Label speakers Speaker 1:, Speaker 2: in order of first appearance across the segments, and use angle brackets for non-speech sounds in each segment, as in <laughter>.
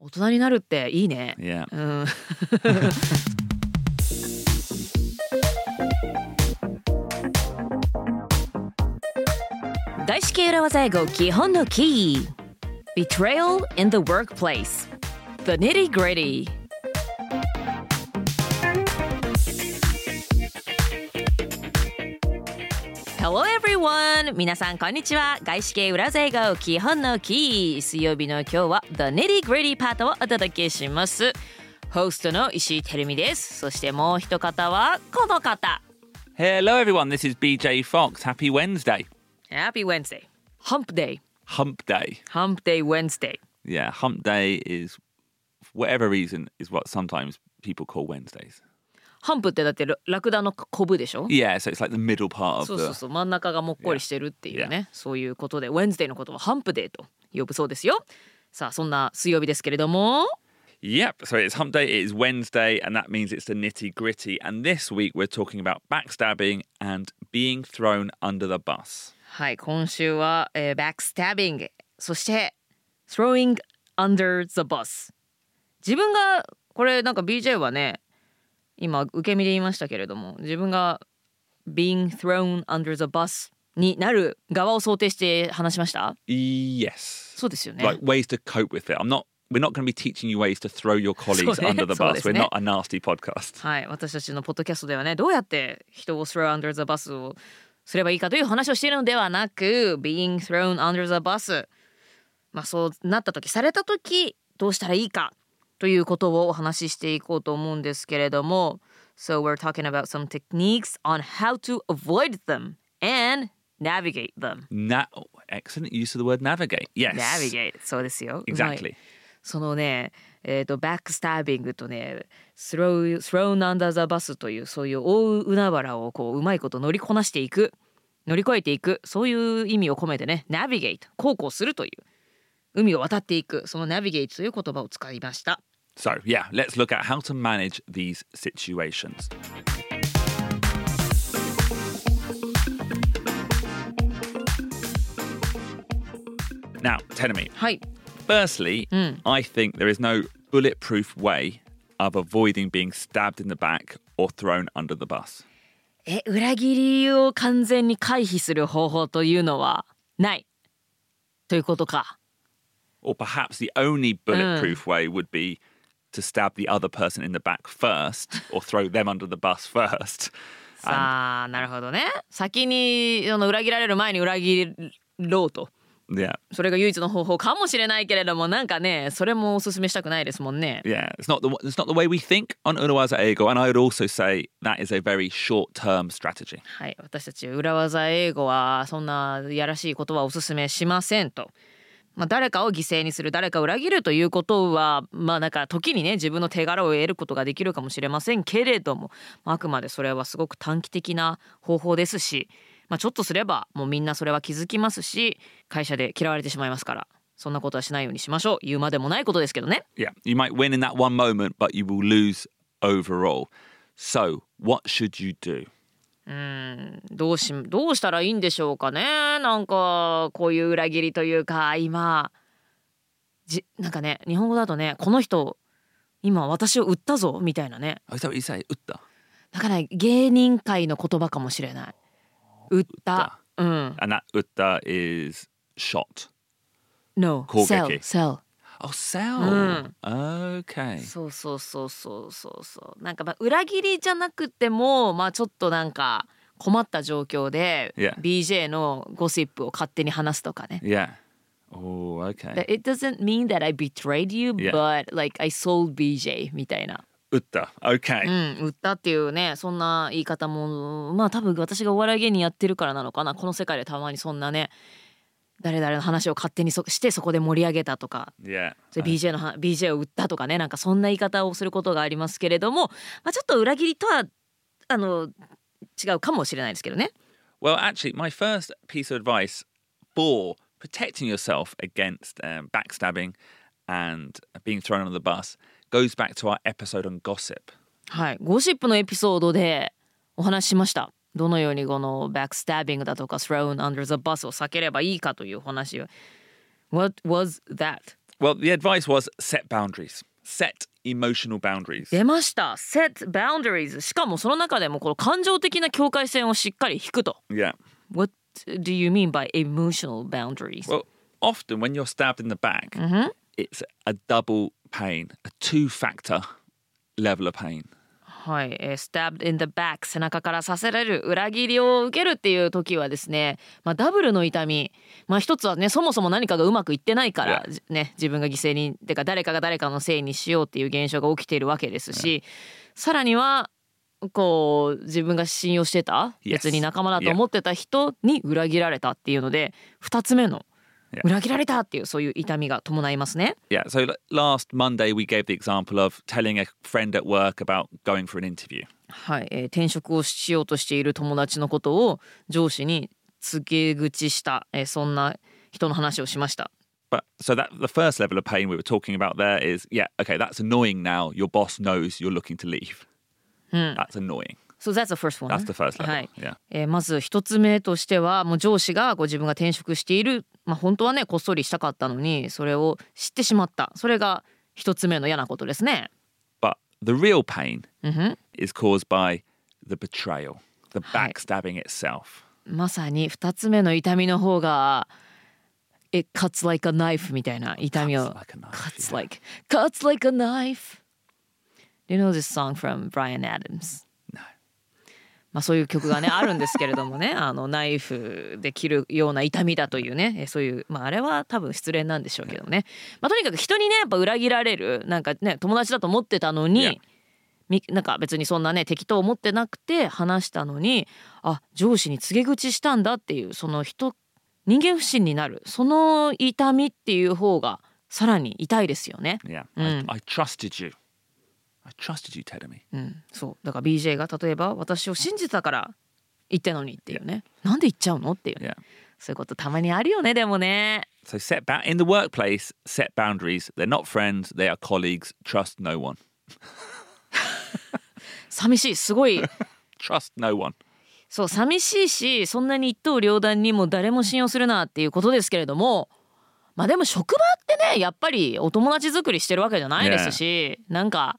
Speaker 1: 大人になるっていいね。
Speaker 2: Yeah.
Speaker 1: うん。 <laughs> 大式裏技英語基本のキー Betrayal in the workplace The nitty gritty ハロー everyone! 皆さん、こんにちは。外資系裏税が基本のキー。水曜日の今日は The Nitty Gritty パートをお届けします。ホストの石井てるみです。そしてもう一方はこの方。
Speaker 2: Hello, everyone. This is BJ Fox. Happy Wednesday.
Speaker 1: Happy Wednesday. Hump Day.
Speaker 2: Hump day.
Speaker 1: Hump Day Wednesday.
Speaker 2: Yeah, hump day is, for whatever reason, is what sometimes people call Wednesdays.
Speaker 1: ハンプってだってララクダのコブでしょ
Speaker 2: Yeah, so it's like the middle part
Speaker 1: そ
Speaker 2: of
Speaker 1: うそう
Speaker 2: the.
Speaker 1: そう真ん中がもっこりしてるっていうねそういうことで Wednesday のことをハンプデーと呼ぶそうですよさあそんな水曜日ですけれども
Speaker 2: Yep, so it's hump day, it is Wednesday, and that means it's the nitty gritty. And this week we're talking about backstabbing and being thrown under the bus.
Speaker 1: はい今週は、えー、backstabbing そして throwing under the bus 自分がこれなんか BJ はね今受け身で言いましたけれども自分が being thrown under the bus になる側を想定して話しました
Speaker 2: Yes.
Speaker 1: そうですよね、
Speaker 2: Like ways to cope with it. I'm not. We're not going to be teaching you ways to throw
Speaker 1: <laughs>
Speaker 2: your colleagues
Speaker 1: So, yeah,
Speaker 2: under the
Speaker 1: so
Speaker 2: bus. We're
Speaker 1: isn't it?
Speaker 2: not a nasty podcast.
Speaker 1: はい、私たちのポッドキャストではねどうやって人を throw under the bus をすればいいかという話をしているのではなく being thrown under the bus まあそうなった時された時どうしたらいいかということをお話ししていこうと思うんですけれども So we're talking about some techniques on how to avoid them and navigate them
Speaker 2: Na- oh, excellent use of the word navigate. Yes.
Speaker 1: navigate そうですようまい
Speaker 2: Exactly.
Speaker 1: そのね、えー、とバックスタービングとねスロースローナンダーザバスというそういう大海原をこううまいこと乗りこなしていく乗り越えていくそういう意味を込めてねナビゲート航行するという海を渡っていくそのナビゲートという言葉を使いました
Speaker 2: So, yeah, let's look at how to manage these situations. Now, Tenemy,
Speaker 1: はい
Speaker 2: firstly, I think there is no bulletproof way of avoiding being stabbed in the back or thrown under the bus.
Speaker 1: え裏切りを完全に回避する方法というのはないということか
Speaker 2: Or perhaps the only bulletproof way would be to stab the other person in the back first or throw them under the bus <laughs> first.
Speaker 1: さあなるほどね先にその裏切られる前に裏切ろうと
Speaker 2: Yeah.
Speaker 1: それが唯一の方法かもしれないけれどもなんかねそれもおすすめしたくないですもんね。
Speaker 2: Yeah, it's not the it's not the way we think on Urawaza Ego, and I would also say that is a very short term strategy.
Speaker 1: はい私たち裏技英語はそんなやらしいことはおすすめしませんと。まあ、誰かを犠牲にする誰かを裏切るということはまあなんか時にね自分の手柄を得ることができるかもしれませんけれどもまああくまでそれはすごく短期的な方法ですし、まあ、ちょっとすればもうみんなそれは気づきますし会社で嫌われてしまいますからそんなことはしないようにしましょう言うまでもないことですけどね。
Speaker 2: Yeah, you might win in that one moment, but you will lose overall. So, what should you do?
Speaker 1: どうしどうしたらいいんでしょうかねなんかこういう裏切りというか今じなんかね日本語だとねこの人今私を売ったぞみたいなね
Speaker 2: Oh, is that what you say? Utta.
Speaker 1: だから芸人界の言葉かもしれない売ったうん
Speaker 2: And that utta is shot.
Speaker 1: No
Speaker 2: 攻撃
Speaker 1: sell sell
Speaker 2: Oh, sell. Hmm. Okay.
Speaker 1: そうそうそうそうそうそうなんかまあ裏切りじゃなくてもまあちょっとなんか困った状況で
Speaker 2: Yeah.
Speaker 1: BJ のゴシップを勝手に話すとかね
Speaker 2: Yeah. Oh, okay.
Speaker 1: that it doesn't mean that I betrayed you,
Speaker 2: Yeah.
Speaker 1: but like I sold BJ みたいな。
Speaker 2: Utta. Okay.
Speaker 1: うん、売ったっていうね、そんな言い方も、まあ多分私がお笑い芸人やってるからなのかな。この世界でたまにそんなね、誰々の話を勝手にそしてそこで盛り上げたとか。
Speaker 2: Yeah.
Speaker 1: それ BJ のは BJ を売ったとかねなんかそんな言い方をすることがありますけれども、まあ、ちょっと裏切りとはあの違うかもしれないですけどね
Speaker 2: Well, actually, my first piece of advice for protecting yourself against um, backstabbing and being thrown under the bus goes back to our episode on gossip.
Speaker 1: はい、ゴシップのエピソードでお話ししました。どのようにこのバックスタービングだとか thrown under the bus を避ければいいかというお話を。What was that?
Speaker 2: Well, the advice was set boundaries, set emotional boundaries.
Speaker 1: 出ました。set boundaries。しかもその中でもこの感情的な境界線をしっかり引くと。
Speaker 2: Yeah.
Speaker 1: What do you mean by emotional boundaries?
Speaker 2: Well, often when you're stabbed in the back, it's a double pain, a two factor level of pain.
Speaker 1: はい、えー stabbed in the back 背中から刺せられる裏切りを受けるっていう時はですね、まあ、ダブルの痛み、まあ、一つはねそもそも何かがうまくいってないから、じね、自分が犠牲にてか誰かが誰かのせいにしようっていう現象が起きているわけですし、さらにはこう自分が信用してた
Speaker 2: Yes.
Speaker 1: 別に仲間だと
Speaker 2: Yeah.
Speaker 1: 思ってた人に裏切られたっていうので2つ目の
Speaker 2: Yeah.
Speaker 1: 裏切られたっていうそういう痛みが伴いますね。
Speaker 2: Yeah. So l- last Monday, we gave the example of telling a friend at work about going for an interview.
Speaker 1: はい、えー転職をしようとしている友達のことを上司に告げ口した、えーそんな人の話をしました。
Speaker 2: But so that the first level of pain we were talking about there is, yeah, okay, that's annoying now. Your boss knows you're looking to leave. That's annoying.
Speaker 1: So that's the first one.
Speaker 2: That's the first level.
Speaker 1: はい
Speaker 2: Yeah.
Speaker 1: えーまず一つ目としてはもう上司がこう自分が転職している、まあ、本当はねこっそりしたかったのにそれを知ってしまったそれが一つ目の嫌なことですね。
Speaker 2: But the real pain is caused by the betrayal, the
Speaker 1: Hi.
Speaker 2: backstabbing itself.
Speaker 1: まさに二つ目の痛みの方が It cuts like a knife みたいな痛みを
Speaker 2: Cuts like a knife,
Speaker 1: Cuts
Speaker 2: yeah.
Speaker 1: like, cuts like a knife Do you know this song from Brian Adams? まあそういう曲がねあるんですけれどもねあのナイフで切るような痛みだというねえそういうまああれは多分失恋なんでしょうけどねまあとにかく人にねやっぱ裏切られるなんかね友達だと思ってたのに、
Speaker 2: Yeah.
Speaker 1: みなんか別にそんなね適当思ってなくて話したのにあ上司に告げ口したんだっていうその人人間不信になるその痛みっていう方がさらに痛いですよね。
Speaker 2: Yeah.
Speaker 1: Mm.
Speaker 2: I, I trusted you. I trusted you, Tedemy.
Speaker 1: うん、そうだから BJ が例えば私を信じたから言ったのにっていうねなんで言っちゃうのっていうね
Speaker 2: Yeah.
Speaker 1: そういうことたまにあるよねでもね
Speaker 2: So set ba- in the workplace, set boundaries. They're not friends, they are colleagues. Trust no one.
Speaker 1: 寂しいすごい
Speaker 2: Trust no one.
Speaker 1: そう寂しいしそんなに一刀両断にも誰も信用するなっていうことですけれどもまあでも職場ってねやっぱりお友達作りしてるわけじゃないですし、なんか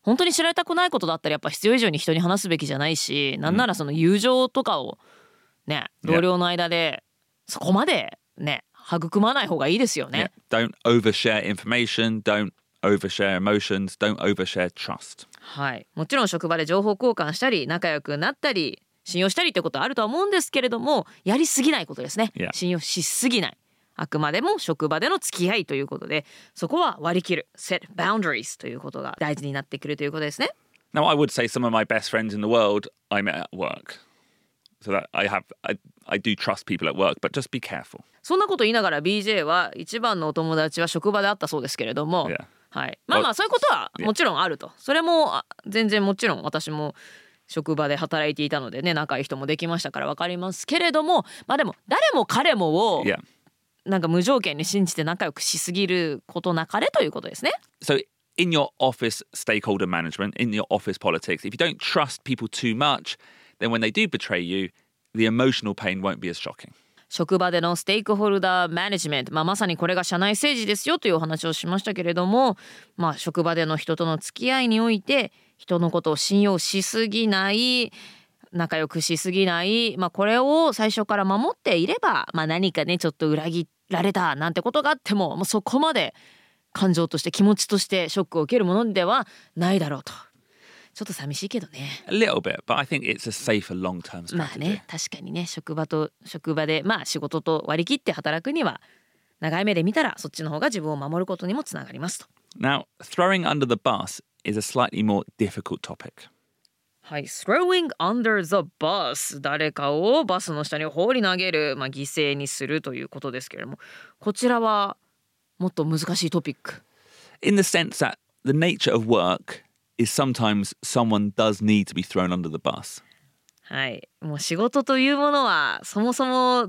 Speaker 1: 本当に知られたくないことだったらやっぱ必要以上に人に話すべきじゃないしなんならその友情とかをね
Speaker 2: ね
Speaker 1: 同僚の間でそこまでね育まない方がいいですよね。
Speaker 2: Yeah. Don't overshare information. Don't overshare emotions. Don't overshare trust.
Speaker 1: はい、もちろん職場で情報交換したり仲良くなったり信用したりってことはあるとは思うんですけれどもやりすぎないことですね
Speaker 2: Yeah.
Speaker 1: 信用しすぎないあくまでも職場での付き合いということでそこは割り切る set boundaries ということが大事になってくるということですね
Speaker 2: Now, I would say some of my best friends in the world I met at work. So that I have, I, I do trust people at work, but just be careful.
Speaker 1: そんなこと言いながら BJ は一番のお友達は職場であったそうですけれども、
Speaker 2: Yeah.
Speaker 1: はい、まあまあ
Speaker 2: Well,
Speaker 1: そういうことは
Speaker 2: yeah.
Speaker 1: もちろんあるとそれもあ全然もちろん私も職場で働いていたのでね仲いい人もできましたから分かりますけれどもまあでも誰も彼もを
Speaker 2: Yeah.
Speaker 1: なんか無条件に信じて仲良くしすぎることなかれということですね。
Speaker 2: So, in your office stakeholder management, in your office politics, if you don't trust people too much, then when they do betray you, the emotional pain won't be as shocking.
Speaker 1: 職場でのステークホルダーマネジメント、まあ、まさにこれが社内政治ですよというお話をしましたけれども、まあ、職場での人との付き合いにおいて人のことを信用しすぎない仲良くしすぎない、まあ、これを最初から守っていれば、まあ、何かねちょっと裏切られたなんてことがあってももうそこまで感情として気持ちとしてショックを受けるものではないだろうとちょっと寂しいけどね。
Speaker 2: A little bit, but I think it's a safer long term
Speaker 1: まあ
Speaker 2: strategy.
Speaker 1: ね確かにね職場と職場でまあ仕事と割り切って働くには長い目で見たらそっちの方が自分を守ることにもつながりますと。
Speaker 2: Now, throwing under the bus is a slightly more difficult topic.
Speaker 1: はい、throwing under the bus 誰かをバスの下に放り投げる、まあ、犠牲にするということですけれどもこちらはもっと難しいトピック
Speaker 2: in the sense that the nature of work is sometimes someone does need to be thrown under the bus.
Speaker 1: はいもう仕事というものはそもそも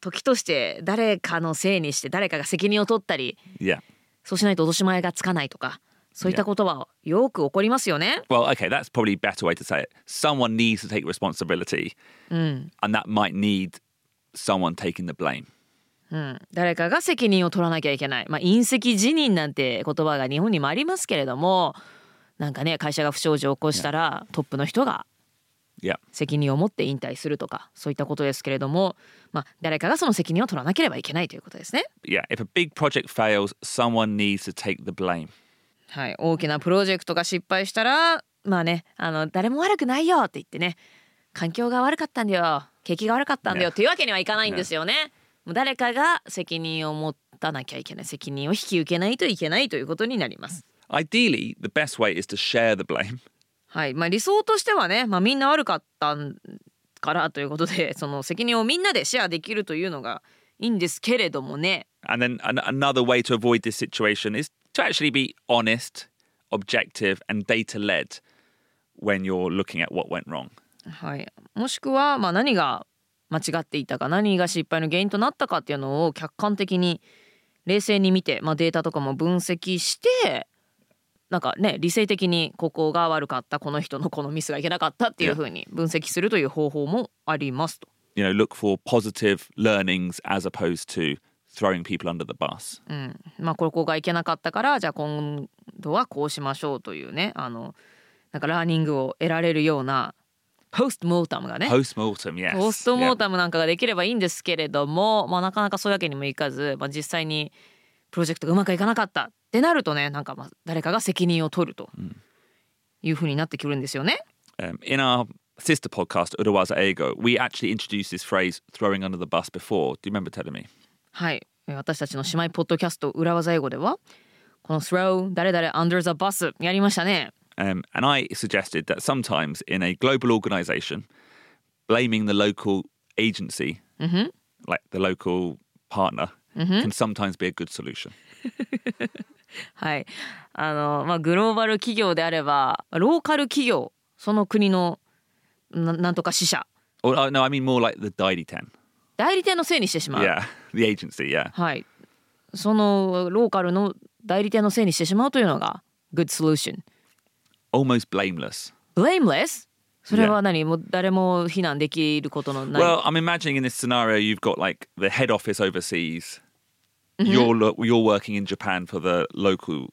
Speaker 1: 時として誰かのせいにして誰かが責任を取ったり
Speaker 2: Yeah.
Speaker 1: そうしないと脅し前がつかないとかそういったことはよく起こりますよね。
Speaker 2: Well, okay, that's probably a better way to say it. Someone needs to take responsibility, and that might need someone taking the blame.
Speaker 1: うん、誰かが責任を取らなきゃいけない、まあ、隕石辞任なんて言葉が日本にもありますけれどもなんかね会社が不祥事を起こしたらトップの人が
Speaker 2: Yeah.
Speaker 1: 責任を持って引退するとかそういったことですけれども、まあ、誰かがその責任を取らなければいけないということですね。
Speaker 2: Yeah. If a big project fails, someone needs to take the blame.
Speaker 1: はい、大きなプロジェクトが失敗したらまあねあの誰も悪くないよって言ってね環境が悪かったんだよ景気が悪かったんだよっ
Speaker 2: ね
Speaker 1: ていうわけにはいかないんですよね。もう誰かが責任を持たなきゃいけない責任を引き受けないといけないということになります。
Speaker 2: Ideally, the best way is to share the blame. <laughs>
Speaker 1: はいまあ、理想としてはね、まあ、みんな悪かったんからということで <laughs> その責任をみんなでシェアできるというのがいいんですけれどもね
Speaker 2: And then an- another way to avoid this situation is to actually be honest, objective, and data led when you're looking at what went wrong.
Speaker 1: はい、もしくは、まあ、何が間違っていたか何が失敗の原因となったかっていうのを客観的に冷静に見て、まあ、データとかも分析してなんかね理性的にここが悪かったこの人のこのミスがいけなかったっていう
Speaker 2: Yeah.
Speaker 1: ふうに分析するという方法もありますと。
Speaker 2: You know, look for positive learnings as opposed to throwing people under the bus.
Speaker 1: うんまあ、ここがいけなかったからじゃあ今度はこうしましょうというねあのなんかラーニングを得られるようなポストモータムがね
Speaker 2: Post mortem, yes.
Speaker 1: ポストモ
Speaker 2: Yeah.
Speaker 1: ータムなんかができればいいんですけれども、まあ、なかなかそういうわけにもいかず、まあ、実際にプロジェクトがうまくいかなかったってなるとねなんかまあ誰かが責任を取るというふうになってくるんですよね。
Speaker 2: Um, in our sister podcast, Urawaza Ego, we actually introduced this phrase throwing under the bus before. Do you remember telling me?
Speaker 1: はいえー私たちの姉妹ポッドキャスト「裏技英語」ではこの「throw 誰々 under the bus」やりましたね。
Speaker 2: Um, and I suggested that sometimes in a global organization, blaming the local agency, like the local partner, can sometimes be a good solution.
Speaker 1: はいあのまあ、グローバル企業であればローカル企業その国のななんとか支社
Speaker 2: Or uh, no, I mean more like the Daily 10.
Speaker 1: 代理店のせいにしてしまう。
Speaker 2: Yeah, <laughs> the agency, yeah.
Speaker 1: はい、そのローカルの代理店のせいにしてしまうというのが good solution。
Speaker 2: Almost blameless.
Speaker 1: blameless それは何もう誰も非難できることのない。
Speaker 2: Well, I'm imagining in this scenario you've got like the head office overseas.
Speaker 1: Mm-hmm.
Speaker 2: You're lo- you're working in Japan for the local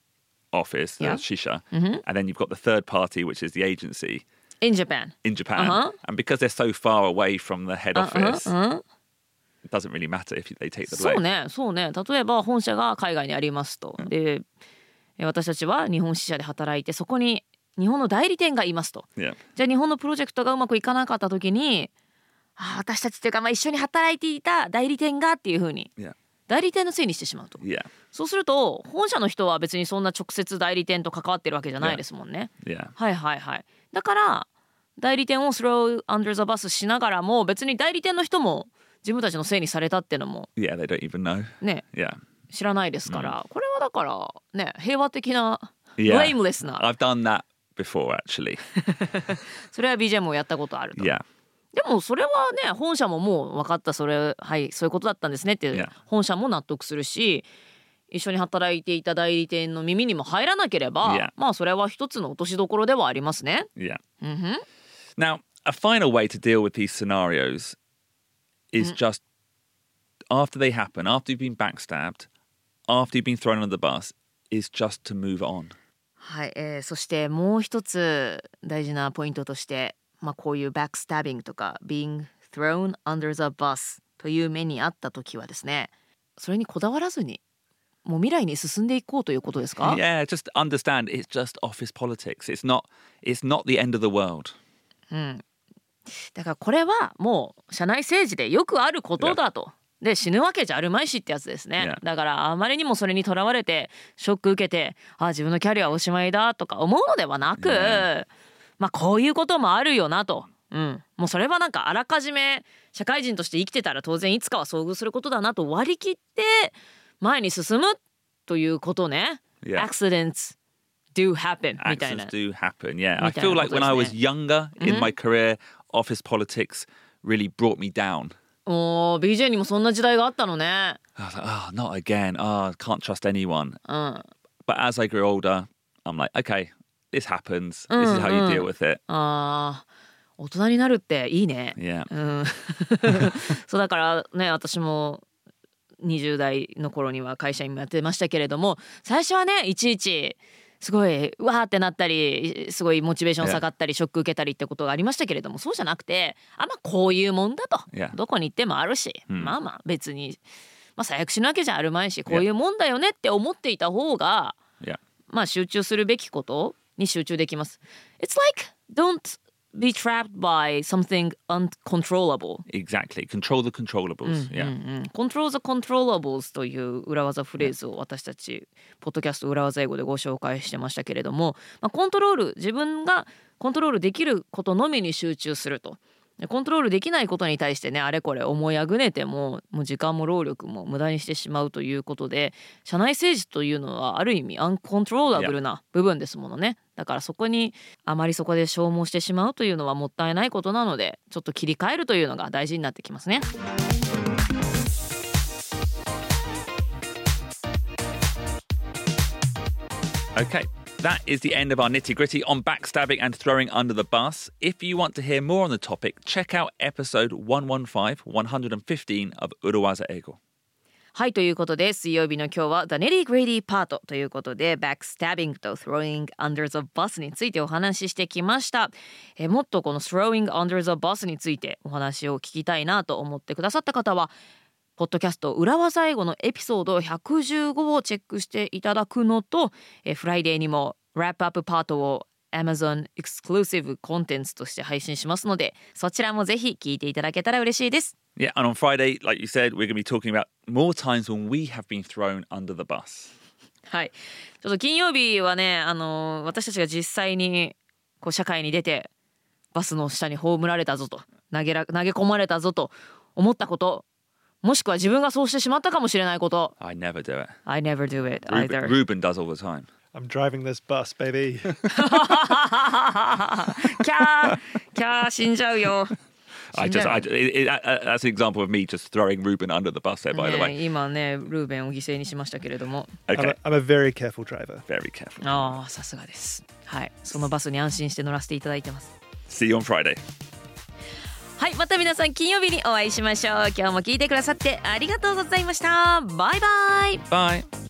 Speaker 2: office, the
Speaker 1: Yeah. Mm-hmm.
Speaker 2: shisha, and then you've got the third party, which is the agency
Speaker 1: in Japan.
Speaker 2: in Japan.
Speaker 1: Uh-huh.
Speaker 2: And because they're so far away from the head
Speaker 1: Uh-huh,
Speaker 2: office,
Speaker 1: uh-huh.
Speaker 2: it doesn't really matter if they take the
Speaker 1: そう
Speaker 2: blame.
Speaker 1: ねそうね例えば本社が海外にありますと。でえ私たちは日本支社で働いてそこに日本の代理店がいますと。
Speaker 2: Yeah,
Speaker 1: じゃあ日本のプロジェクトがうまくいかなかった時にあ私たちっていうか、まあ、一緒に働いていた代理店がっていうふうに
Speaker 2: yeah,
Speaker 1: 代理店のせいにしてしまうと。
Speaker 2: yeah,
Speaker 1: そうすると本社の人は別にそんな直接代理店と関わってるわけじゃないですもんね。
Speaker 2: yeah.
Speaker 1: はいはいはい。だから代理店をスローアンダーザバスしながらも別に代理店の人も自分たちのせいにされたってのも
Speaker 2: Yeah, they don't even know.
Speaker 1: ね
Speaker 2: Yeah.
Speaker 1: 知らないですから、これはだからね平和的な
Speaker 2: Yeah.
Speaker 1: ブレイムレスな
Speaker 2: I've done that before
Speaker 1: <laughs>
Speaker 2: actually.
Speaker 1: それは BJ もやったことあると。
Speaker 2: Yeah.
Speaker 1: でもそれはね本社ももう分かったそれはいそういうことだったんですねって
Speaker 2: いや
Speaker 1: 本社も納得するし一緒に働いていた代理店の耳にも入らなければ
Speaker 2: いや
Speaker 1: まあそれは一つの落としどころではありますね。
Speaker 2: Yeah. Now, a final way to deal with these scenarios is just after they happen, after you've been backstabbed, after you've been thrown under the bus, is just to move on.
Speaker 1: はい、えーそしてもう一つ大事なポイントとして、まあ、こういうバックスタビングとか being thrown under the bus という目にあった時はですねそれにこだわらずにもう未来に進んでいこうということですか
Speaker 2: Yeah, just understand it's just office politics. It's not it's not the end of the world.
Speaker 1: だからこれはもう社内政治でよくあることだと。で死ぬわけじゃあるまいしってやつですね。
Speaker 2: Yeah.
Speaker 1: だからあまりにもそれにとらわれてショック受けてあ自分のキャリアおしまいだとか思うのではなく、
Speaker 2: Yeah.
Speaker 1: まあこういうこともあるよなと。うん、もうそれはなんかあらかじめ社会人として生きてたら当然いつかは遭遇することだなと割り切って前に進むということね。
Speaker 2: Yeah.
Speaker 1: Accidents do happen みたい
Speaker 2: Accidents
Speaker 1: な。
Speaker 2: do happen. Yeah. I
Speaker 1: みたいな
Speaker 2: feel like
Speaker 1: ことですね。
Speaker 2: when I was younger in my career, office politics really brought me down.
Speaker 1: おー BJ にもそんな時代があったのね。
Speaker 2: I was like, oh, not again. Oh, can't trust anyone.
Speaker 1: うん。
Speaker 2: But as I grew older, I'm like, okay, this happens. This is how you deal with it.
Speaker 1: あー大人にな <laughs> るっていいね。
Speaker 2: Yeah.
Speaker 1: うん、そうだからね私も20代の頃には会社員もやってましたけれども最初はねいちいちすごいうわーってなったりすごいモチベーション下がったりショック受けたりってことがありましたけれどもそうじゃなくてあまあこういうもんだと
Speaker 2: Yeah.
Speaker 1: どこに行ってもあるし、
Speaker 2: うん
Speaker 1: まあまあ別に、まあ、最悪死ぬわけじゃあるまいしこういうもんだよねって思っていた方が
Speaker 2: Yeah.
Speaker 1: まあ集中するべきことに集中できます。It's like don't be trapped by something uncontrollable.
Speaker 2: Exactly. Control the controllables. Yeah.
Speaker 1: うんうん、Control the controllables という裏技フレーズを私たち、ポッドキャスト裏技英語でご紹介してましたけれども、まあ、コントロール、自分がコントロールできることのみに集中すると。でコントロールできないことに対してねあれこれ思いあぐねてももう時間も労力も無駄にしてしまうということで社内政治というのはある意味アンコントローラブルな部分ですものねだからそこにあまりそこで消耗してしまうというのはもったいないことなのでちょっと切り替えるというのが大事になってきますね。
Speaker 2: Okay, that is the end of our nitty gritty on backstabbing and throwing under the bus. If you want to hear more on the topic, check out episode 115, 115 of Uruwaza Ego.
Speaker 1: はいということで水曜日の今日は The Nitty Gritty Part ということで Backstabbing と Throwing Under the Bus についてお話ししてきましたえーもっとこの Throwing Under the Bus についてお話を聞きたいなと思ってくださった方はポッドキャスト裏技英語のエピソード115をチェックしていただくのとえーフライデーにも Wrap Up Part を Amazon エクスクルーシブコンテンツとして配信しますのでそちらもぜひ聞いていただけたら嬉しいです
Speaker 2: Yeah, and on Friday, like you said, we're going to be talking about more times when we have been thrown under the bus.
Speaker 1: はい、ちょっと金曜日はね、あのー私たちが実際にこう社会に出てバスの下に葬られたぞと投げら投げ込まれたぞと思ったこともしくは自分がそうしてしまったかもしれないこと。
Speaker 2: I never do it.
Speaker 1: I never do it
Speaker 2: Ruben,
Speaker 1: either.
Speaker 2: Ruben does all the time.
Speaker 3: I'm driving this bus, baby.
Speaker 1: キャーキャー死んじゃうよ。
Speaker 2: <laughs> I just, I, it, it, uh, that's an example of me just throwing Ruben under the bus there, by the
Speaker 1: ね
Speaker 2: way.
Speaker 1: 今ねルーベンを犠牲にしましたけれども
Speaker 3: I'm,
Speaker 2: Okay,
Speaker 3: a, I'm a very careful driver.
Speaker 2: very careful.
Speaker 1: ああさすがです。はいそのバスに安心して乗らせていただいてます。
Speaker 2: See you on Friday.
Speaker 1: はいまた皆さん金曜日にお会いしましょう今日も聞いてくださってありがとうございましたバイバイ
Speaker 2: Bye.